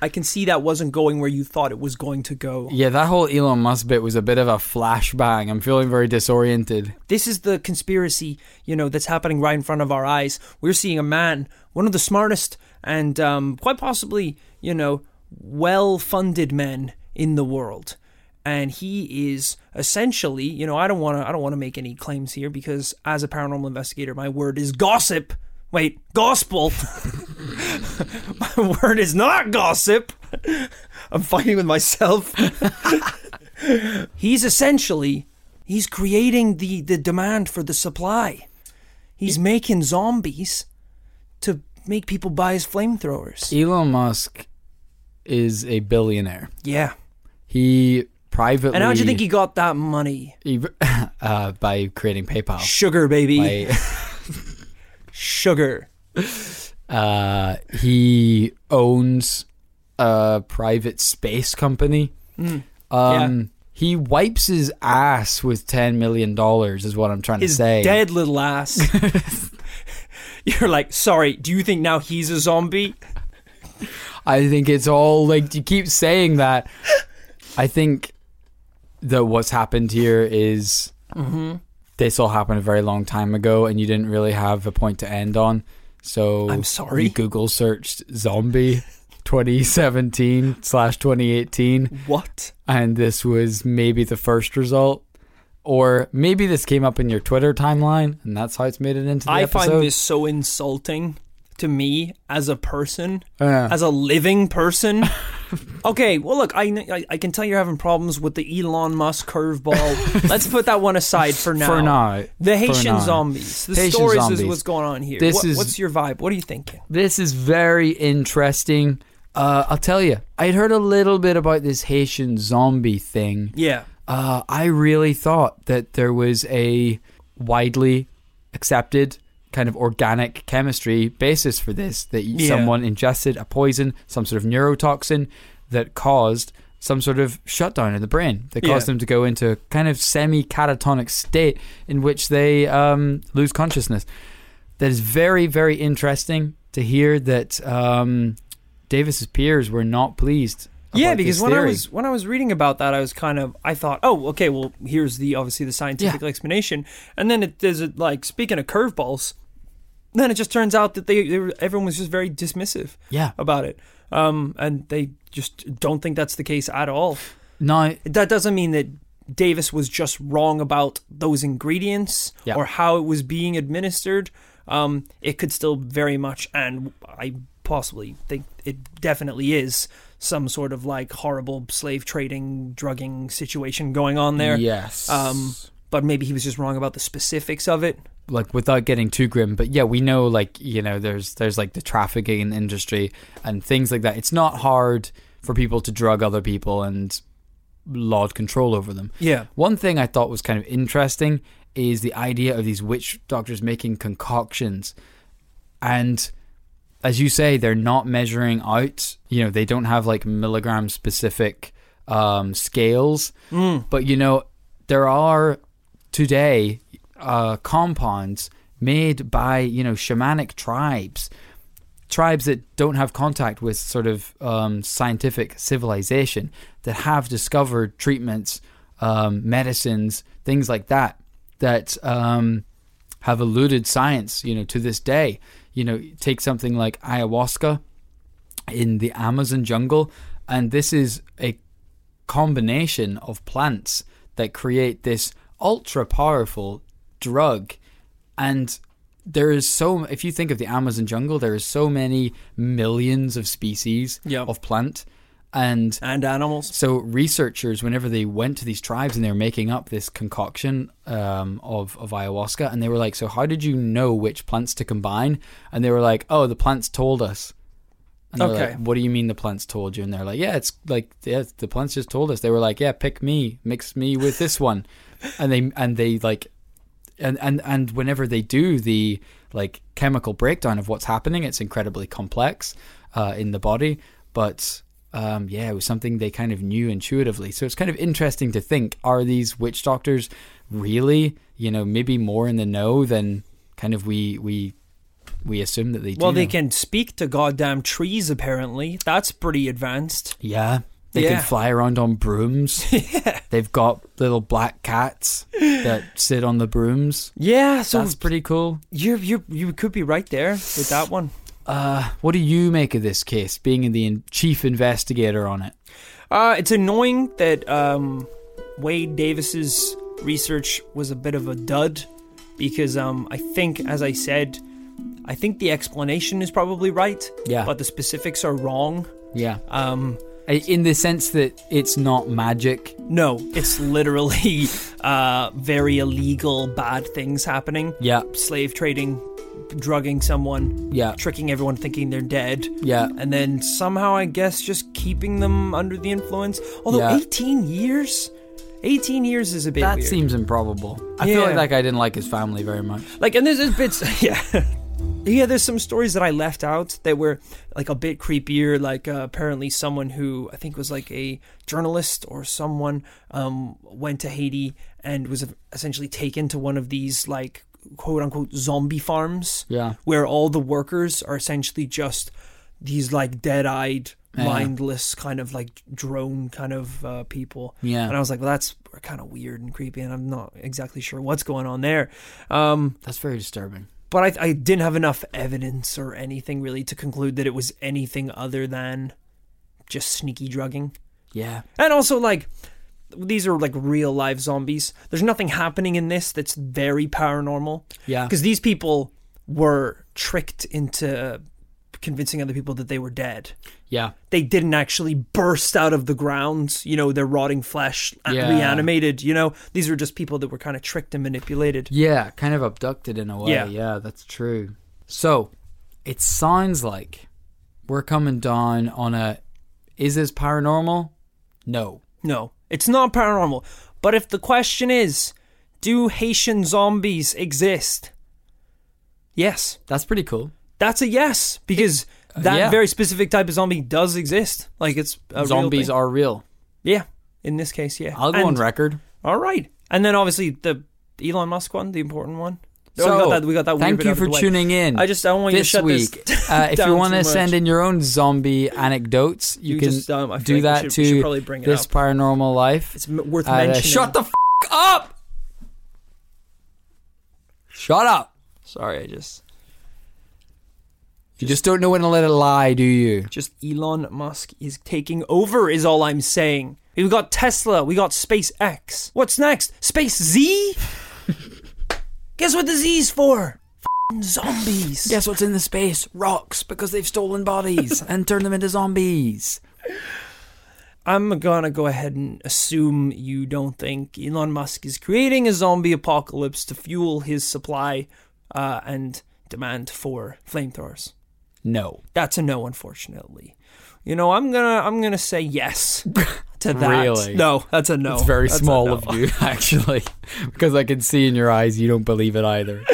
I can see that wasn't going where you thought it was going to go.
yeah, that whole Elon Musk bit was a bit of a flashbang. I'm feeling very disoriented.
This is the conspiracy, you know, that's happening right in front of our eyes. We're seeing a man, one of the smartest and um, quite possibly, you know, well-funded men in the world, and he is essentially, you know, I don't want to, I don't want to make any claims here because as a paranormal investigator, my word is gossip. Wait, gospel. (laughs) my word is not gossip. (laughs) I'm fighting with myself. he's essentially he's creating the the demand for the supply he's making zombies to make people buy his flamethrowers
Elon Musk is a billionaire.
yeah
He privately
and how do you think he got that money
he- (laughs) uh, by creating PayPal.
sugar baby
By-
sugar
Uh, he owns a private space company.
Hmm.
Um, He wipes his ass with ten million dollars, is what I'm trying to
his
say.
dead little
(laughs)
ass (laughs) you're like sorry do you think now he's a zombie
I think it's all like you keep saying that. I think that what's happened here is,
Mm-hmm.
this all happened a very long time ago, and you didn't really have a point to end on. So
I'm sorry.
You Google searched zombie 2017 slash 2018.
what
and this was maybe the first result. Or maybe this came up in your Twitter timeline, and that's how it's made it into the
i
episode.
find this so insulting to me as a person
Yeah. (laughs)
as a living person Okay, well, look, I, kn- I, I can tell you're having problems with the Elon Musk
(laughs)
curveball. Let's put that one aside for now.
For now.
The
For
Haitian
now.
zombies. The
Haitian
stories
zombies.
is what's going on here.
This
What-
is-
what's your vibe? What are you thinking?
This is very interesting. Uh, I'll tell you, I'd heard a little bit about this Haitian zombie thing.
Yeah.
Uh, I really thought that there was a widely accepted kind of organic chemistry basis for this that y-
Yeah.
someone ingested a poison, some sort of neurotoxin that caused some sort of shutdown in the brain that caused
Yeah.
them to go into a kind of semi catatonic state in which they um, lose consciousness. That is very, very interesting to hear that um, Davis's peers were not pleased.
yeah,
about
because
this
when I
theory.
was when I was reading about that, I was kind of I thought, oh, okay, well, here's the obviously the scientific explanation, and then it there's a, like speaking of curveballs, then it just turns out that they, they were, everyone was just very dismissive
yeah,
about it, um, and they just don't think that's the case at all.
no,
That doesn't mean that Davis was just wrong about those ingredients
Yeah.
or how it was being administered. Um, it could still very much, and I possibly think it definitely is some sort of like horrible slave trading, drugging situation going on there.
Yes.
Um, but maybe he was just wrong about the specifics of it.
like without getting too grim, but yeah, we know like you know there's there's like the trafficking industry and things like that. It's not hard for people to drug other people and laud control over them.
Yeah.
One thing I thought was kind of interesting is the idea of these witch doctors making concoctions and as you say they're not measuring out you know they don't have like milligram specific um, scales but you know there are today uh, compounds made by you know shamanic tribes tribes that don't have contact with sort of um, scientific civilization that have discovered treatments um, medicines things like that that um, have eluded science, you know, to this day. You know, take something like ayahuasca in the Amazon jungle, and this is a combination of plants that create this ultra powerful drug. And there is so, if you think of the Amazon jungle, there is so many millions of species
Yeah.
of plant, and
And animals.
so researchers, whenever they went to these tribes and they were making up this concoction um, of of ayahuasca, and they were like, "So how did you know which plants to combine?" And they were like, "Oh, the plants told us." And they're
Okay.
like, what do you mean the plants told you? And they're like, yeah, it's like yeah, the plants just told us. They were like, yeah, pick me, mix me with this one, (laughs) and they and they like, and and and whenever they do the like chemical breakdown of what's happening, it's incredibly complex uh, in the body. But um, yeah, it was something they kind of knew intuitively. So it's kind of interesting to think: are these witch doctors really, you know, maybe more in the know than kind of we we we assume that they do?
Well, they
know?
can speak to goddamn trees, apparently. That's pretty advanced.
Yeah. They
Yeah.
can fly around on (laughs) brooms. They've got little black cats that sit on the brooms.
Yeah, so
That's pretty cool.
you you you could be right there with that one.
Uh, what do you make of this case, being the in- chief investigator on it?
Uh, it's annoying that um, Wade Davis's research was a bit of a dud because um, I think, as I said, I think the explanation is probably right,
Yeah.
but the specifics are wrong.
Yeah.
Um,
In the sense that it's not magic.
no, it's literally (laughs) uh, very illegal, bad things happening.
Yeah.
Slave trading, drugging someone,
Yeah.
tricking everyone thinking they're dead.
Yeah.
and then somehow I guess just keeping them under the influence. Although
Yeah.
18 years, 18 years is a bit
That
weird.
seems improbable. I feel
Yeah.
like that guy didn't like his family very much.
like, and there's, there's bits, (laughs) yeah. Yeah, there's some stories that I left out that were like a bit creepier. Like uh, apparently, someone who I think was like a journalist or someone um, went to Haiti and was essentially taken to one of these like quote unquote zombie farms.
Yeah.
where all the workers are essentially just these like dead-eyed mindless kind of like drone kind of uh, people
Yeah.
and i was like well that's kind of weird and creepy and i'm not exactly sure what's going on there um
That's very disturbing.
but i, I didn't have enough evidence or anything really to conclude that it was anything other than just sneaky drugging
Yeah.
and also like these are like real live zombies. There's nothing happening in this that's very paranormal.
Yeah.
Because these people were tricked into convincing other people that they were dead.
Yeah.
They didn't actually burst out of the ground, you know, their rotting flesh uh,
Yeah.
reanimated, you know. These were just people that were kind of tricked and manipulated.
Yeah, kind of abducted in a way.
Yeah.
Yeah. that's true. So it sounds like we're coming down on a is this paranormal? No.
No, it's not paranormal. But if the question is, do Haitian zombies exist? Yes.
That's pretty cool.
That's a yes because that
uh, yeah.
very specific type of zombie does exist. Like it's a
Zombies
real
are real.
thing. yeah. In this case, yeah.
I'll go on
And-
record.
All right, and then obviously the Elon Musk one, the important one. Oh,
So,
we got that. We got that. weird
thank
bit
you
out of
for
the way.
tuning in.
I just I don't want you to
This
shut
week,
(laughs) this.
uh, if you want to
to
send in your own zombie anecdotes, you,
You
can
just, um, I feel
do
like we
that
should-
to
we should probably bring it
this
up.
paranormal life.
it's m- worth
at, uh,
mentioning.
shut the f- up! Shut up!
Sorry, I just
You just don't know when to let it lie, do you?
just Elon Musk is taking over. Is all I'm saying. We got Tesla. We got SpaceX. What's next? Space Z. Guess what the Z's for? F***ing zombies.
Guess what's in the space? Rocks, because they've stolen (laughs) bodies and turned them into zombies.
I'm gonna go ahead and assume you don't think Elon Musk is creating a zombie apocalypse to fuel his supply uh, and demand for flamethrowers.
No.
That's a no, unfortunately. You know, I'm gonna I'm gonna say yes to that.
Really?
No, that's a no.
It's very
That's a
small
no.
of you, (laughs) actually, because I can see in your eyes you don't believe it either.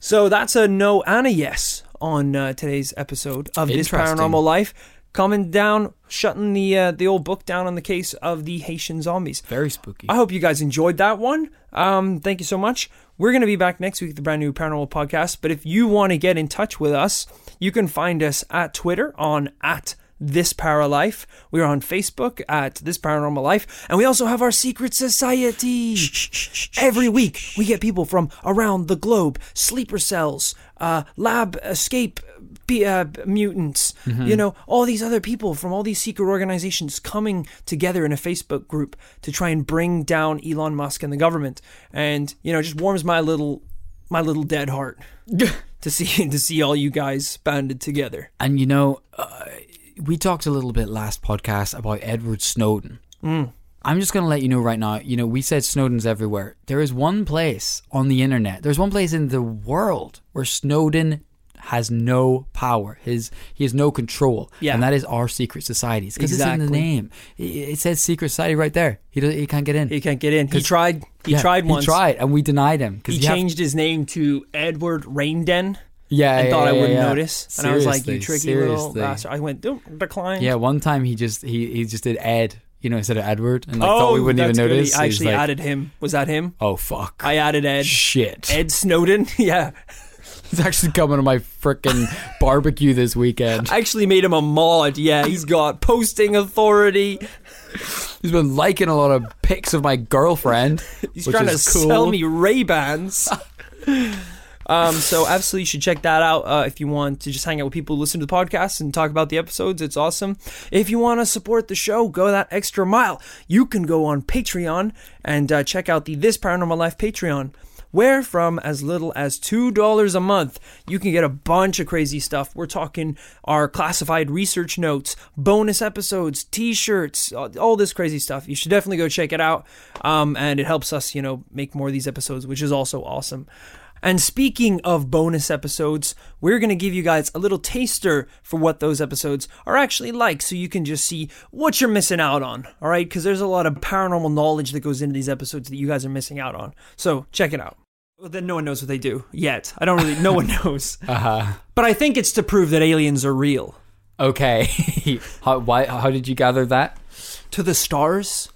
So that's a no and a yes on uh, today's episode of this
Interesting.
paranormal life. Coming down, shutting the uh, the old book down on the case of the Haitian zombies.
Very spooky.
I hope you guys enjoyed that one. Um, thank you so much. We're going to be back next week with a brand new paranormal podcast. But if you want to get in touch with us, you can find us at Twitter on at this paralife. We're on Facebook at this paranormal life, and we also have our secret society. Every week, we get people from around the globe, sleeper cells, uh, lab escape be, uh, mutants, you know, all these other people from all these secret organizations coming together in a Facebook group to try and bring down Elon Musk and the government, and you know, it just warms my little my little dead (laughs) heart to see to see all you guys banded together.
And you know, uh, we talked a little bit last podcast about Edward Snowden.
Mm.
I'm just going to let you know right now. You know, we said Snowden's everywhere. There is one place on the internet. There's one place in the world where Snowden has no power. His he has no control.
Yeah.
and that is our secret societies because it's in
Exactly.
the name. It, it says secret society right there. He does, he can't get in.
He can't get in. He tried. He
Yeah,
tried once.
He tried, and we denied him because
He changed his name to Edward Rainden.
yeah,
I
yeah,
thought I
yeah,
wouldn't
yeah.
notice, and I was like, "You
Seriously,
tricky little
seriously.
bastard!" I went, "Don't decline."
Yeah, one time he just he, he just did Ed, you know, instead of Edward, and like
oh,
thought we wouldn't even
that's good.
notice.
I
He's
actually
like,
added him. Was that him?
Oh fuck!
I added Ed.
Shit!
Ed Snowden. (laughs) yeah,
He's actually coming to my freaking barbecue
(laughs)
this weekend.
I actually made him a mod. Yeah, he's got posting authority.
He's been liking a lot of pics of my girlfriend.
(laughs) He's
which
trying to
is cool.
sell me Ray Bans. um, so absolutely, you should check that out uh, if you want to just hang out with people, who listen to the podcast, and talk about the episodes. It's awesome. If you want to support the show, go that extra mile. You can go on Patreon and uh, check out the This Paranormal Life Patreon. Where from as little as $2 a month, you can get a bunch of crazy stuff. We're talking our classified research notes, bonus episodes, t shirts, all this crazy stuff. You should definitely go check it out. Um, and it helps us, you know, make more of these episodes, which is also awesome. And speaking of bonus episodes, we're going to give you guys a little taster for what those episodes are actually like so you can just see what you're missing out on, all right? Because there's a lot of paranormal knowledge that goes into these episodes that you guys are missing out on. So check it out. Well, then no one knows what they do yet. I don't really, no one (laughs) knows.
Uh-huh.
But I think it's to prove that aliens are real.
Okay. (laughs) how, why, how did you gather that?
To the stars,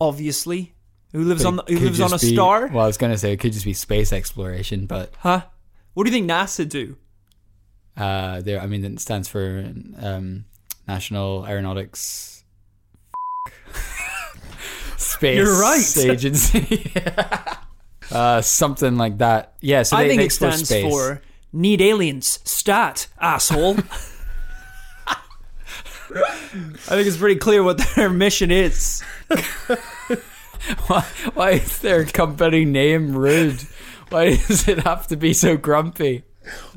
obviously. Who lives on the, who
Could
lives on a
just be-
star?
Well, I was gonna say it could just be space exploration, but
Huh? What do you think NASA do?
uh, there. I mean, it stands for um, National Aeronautics. (laughs) Space
You're right.
Agency. (laughs) uh, something like that. Yeah. So they,
I think
they
it
explore
stands
space.
for need aliens stat asshole. I think it's pretty clear what their mission is.
(laughs) Why, why is their company name rude? Why does it have to be so grumpy?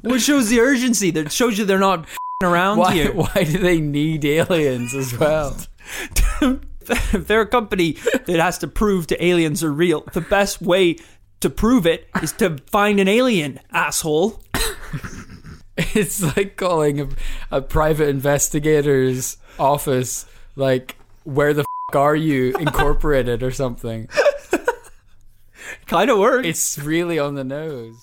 Which shows the urgency. That shows you they're not f***ing around
Why,
here.
why do they need aliens as well?
if (laughs) they're a company that has to prove to aliens are real, the best way to prove it is to find an alien, asshole.
(laughs) It's like calling a, a private investigator's office, like, where the f- are (laughs) you, Incorporated, or something.
Kind of works.
It's really on the nose.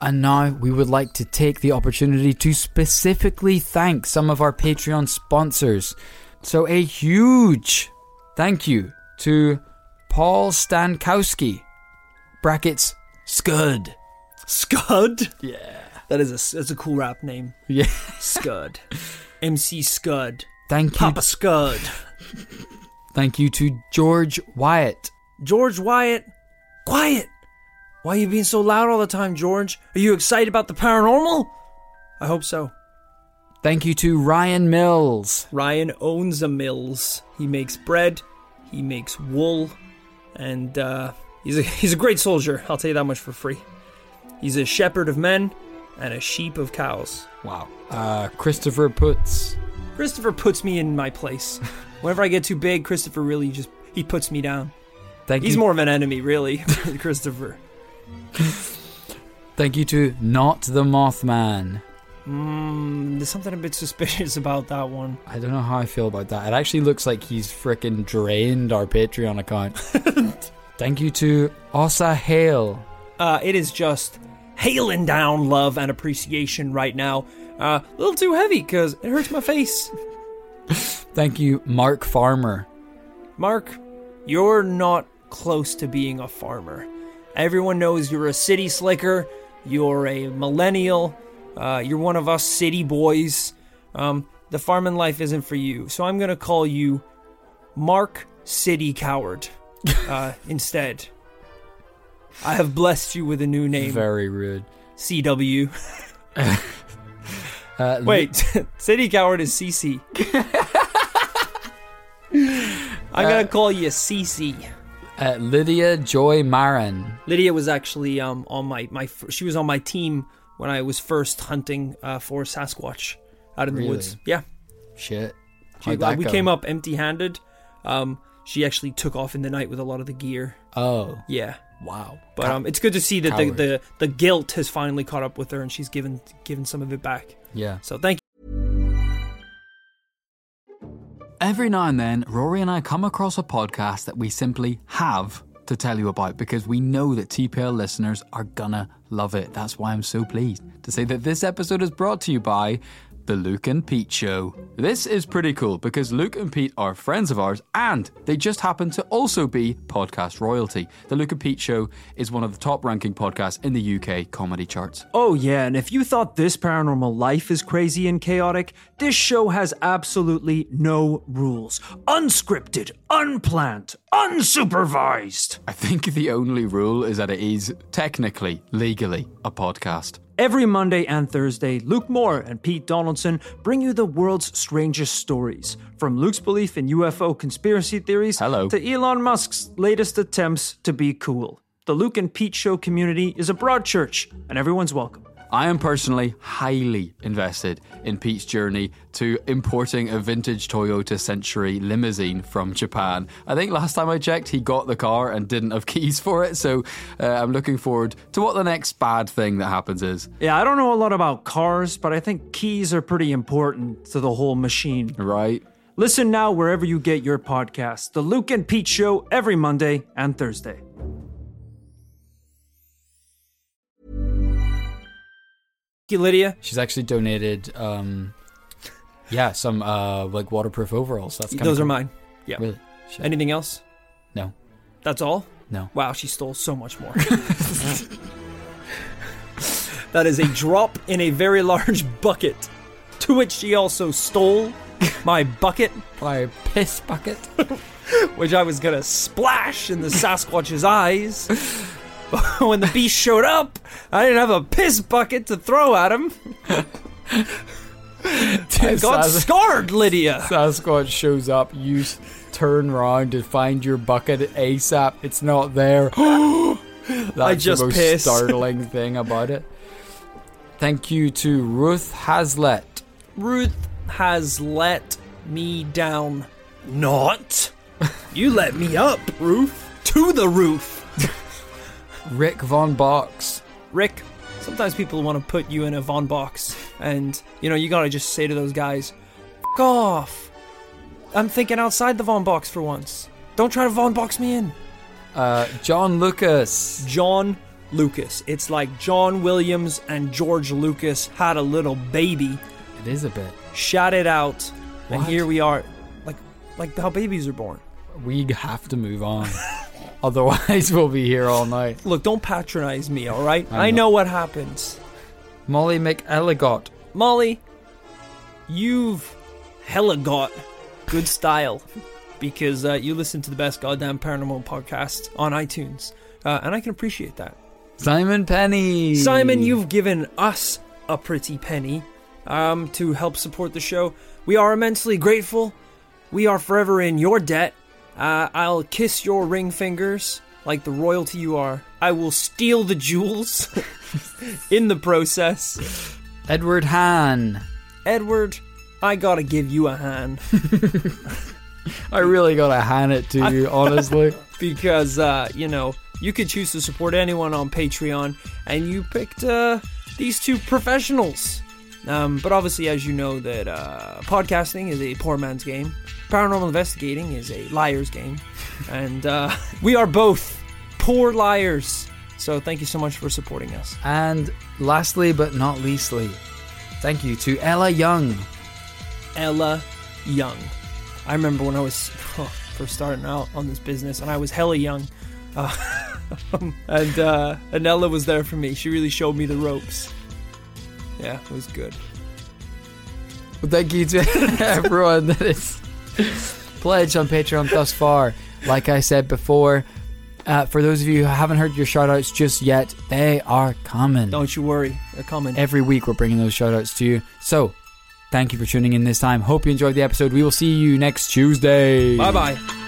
And now we would like to take the opportunity to specifically thank some of our Patreon sponsors. So, a huge thank you to Paul Stankowski, brackets (laughs) Scud.
Scud. Yeah, that is a that's a cool rap name.
Yeah.
Scud, MC Scud,
Thank you.
Papa Scud,
Thank you to George Wyatt.
George Wyatt. Quiet. Why are you being so loud all the time, George? Are you excited about the paranormal? I hope so.
Thank you to Ryan Mills.
Ryan owns a mills. He makes bread, he makes wool, and uh, he's a (laughs) he's a great soldier. I'll tell you that much for free. He's a shepherd of men and a sheep of cows.
Wow. Uh, Christopher Putz.
Christopher puts me in my place. Whenever I get too big, Christopher really just he puts me down.
Thank
He's
you.
more of an enemy, really, (laughs) than Christopher.
Thank you to Not the Mothman.
Mm, there's something a bit suspicious (laughs) about that one.
I don't know how I feel about that. It actually looks like he's frickin' drained our Patreon account.
(laughs)
Thank you to Osa Hale.
Uh, it is just hailing down love and appreciation right now. Uh, a little too heavy because it hurts my face.
Thank you, Mark Farmer.
Mark, you're not close to being a farmer. Everyone knows you're a city slicker, you're a millennial, uh, you're one of us city boys. Um, the farming life isn't for you, so I'm gonna call you Mark City Coward uh, instead. I have blessed you with a new name,
Very rude.
CW.
Uh,
Wait, (laughs) City Coward is CC. I'm
Uh,
gonna call you CC.
Li- uh, Lydia Joy Marin.
Lydia was actually um, on my my fir- she was on my team when I was first hunting uh, for Sasquatch out in
Really?
the woods. Yeah,
Shit.
She-
How'd that
we
go?
came up empty-handed. Um, she actually took off in the night with a lot of the gear.
Oh,
Yeah,
wow.
but um, it's good to see that the,
Coward.
the the guilt has finally caught up with her and she's given given some of it back.
yeah.
So thank
Every now and then, Rory and I come across a podcast that we simply have to tell you about because we know that TPL listeners are gonna love it. That's why I'm so pleased to say that this episode is brought to you by The Luke and Pete Show. This is pretty cool because Luke and Pete are friends of ours and they just happen to also be podcast royalty. The Luke and Pete Show is one of the top ranking podcasts in the UK comedy charts.
Oh, yeah, and if you thought this paranormal life is crazy and chaotic, this show has absolutely no rules. Unscripted, unplanned, unsupervised.
I think the only rule is that it is technically, legally, a podcast.
Every Monday and Thursday, Luke Moore and Pete Donaldson bring you the world's strangest stories. From Luke's belief in UFO conspiracy theories
Hello.
to Elon Musk's latest attempts to be cool. The Luke and Pete Show community is a broad church, and everyone's welcome.
I am personally highly invested in Pete's journey to importing a vintage Toyota Century limousine from Japan. I think last time I checked, he got the car and didn't have (laughs) keys for it, so uh, I'm looking forward to what the next bad thing that happens is.
Yeah, I don't know a lot about cars, but I think keys are pretty important to the whole machine.
Right?
Listen now wherever you get your podcast. The Luke and Pete Show every Monday and Thursday. Lydia,
She's actually donated, um, yeah, some uh, like waterproof overalls. That's kinda
those are
cool.
mine. Yeah.
Really? Shit.
Anything else?
No.
That's all?
No.
Wow, she stole so much
(laughs)
more. that is a drop in a very large bucket, to which she also stole my bucket,
Fire piss
(laughs)
bucket.
which I was gonna splash in the Sasquatch's eyes. (laughs) But when the beast showed up, I didn't have a piss bucket to throw at him. I got
(laughs) Sas-
scarred, Lydia.
Sasquatch shows up, you s- turn around to find your bucket ASAP. It's not there. (gasps) That's
just
the most
pissed. (laughs)
startling thing about it. Thank you to Ruth Hazlett.
Ruth has let me down. Not. You let me up, Ruth. To the roof.
Rick Von Box.
Rick, sometimes people want to put you in a Von box, and you know, you gotta just say to those guys, F off. I'm thinking outside the Von box for once. Don't try to Von box me in.
Uh, John Lucas.
John Lucas. It's like John Williams and George Lucas had a little baby,
It is a bit.
shot it out, and
What?
here we are. Like, like how babies are born.
We have to
(laughs)
move on. Otherwise, we'll be here all night.
Look, don't patronize me, all right?
I
I
know.
know what happens.
Molly McElligott.
Molly, you've hella got good style because uh, you listen to the best goddamn paranormal podcast on iTunes, uh, and I can appreciate that.
Simon Penny.
Simon, you've given us a pretty penny um, to help support the show. We are immensely grateful. We are forever in your debt. Uh, I'll kiss your ring fingers like the royalty you are. I will steal the jewels (laughs) in the process.
Edward Han.
Edward, I gotta give you a hand
I really gotta hand it to you, honestly.
because uh, you know you could choose to support anyone on Patreon, and you picked uh, these two professionals. Um, but obviously, as you know, that uh, podcasting is a poor man's game, paranormal investigating is a liar's game, and uh, (laughs) we are both poor liars. So thank you so much for supporting us.
and lastly, but not leastly, thank you to Ella Young.
Ella Young. I remember when I was first starting out on this business, and I was hella young. Uh, (laughs) and uh, and Ella was there for me. She really showed me the ropes. Yeah, it was good.
Well, thank you to (laughs) everyone that has pledged on Patreon thus far. Like I said before, uh, for those of you who haven't heard your shout outs just yet, they are coming.
Don't you worry, they're coming.
Every week, we're bringing those shout outs to you. So, thank you for tuning in this time. Hope you enjoyed the episode. We will see you next Tuesday.
Bye bye.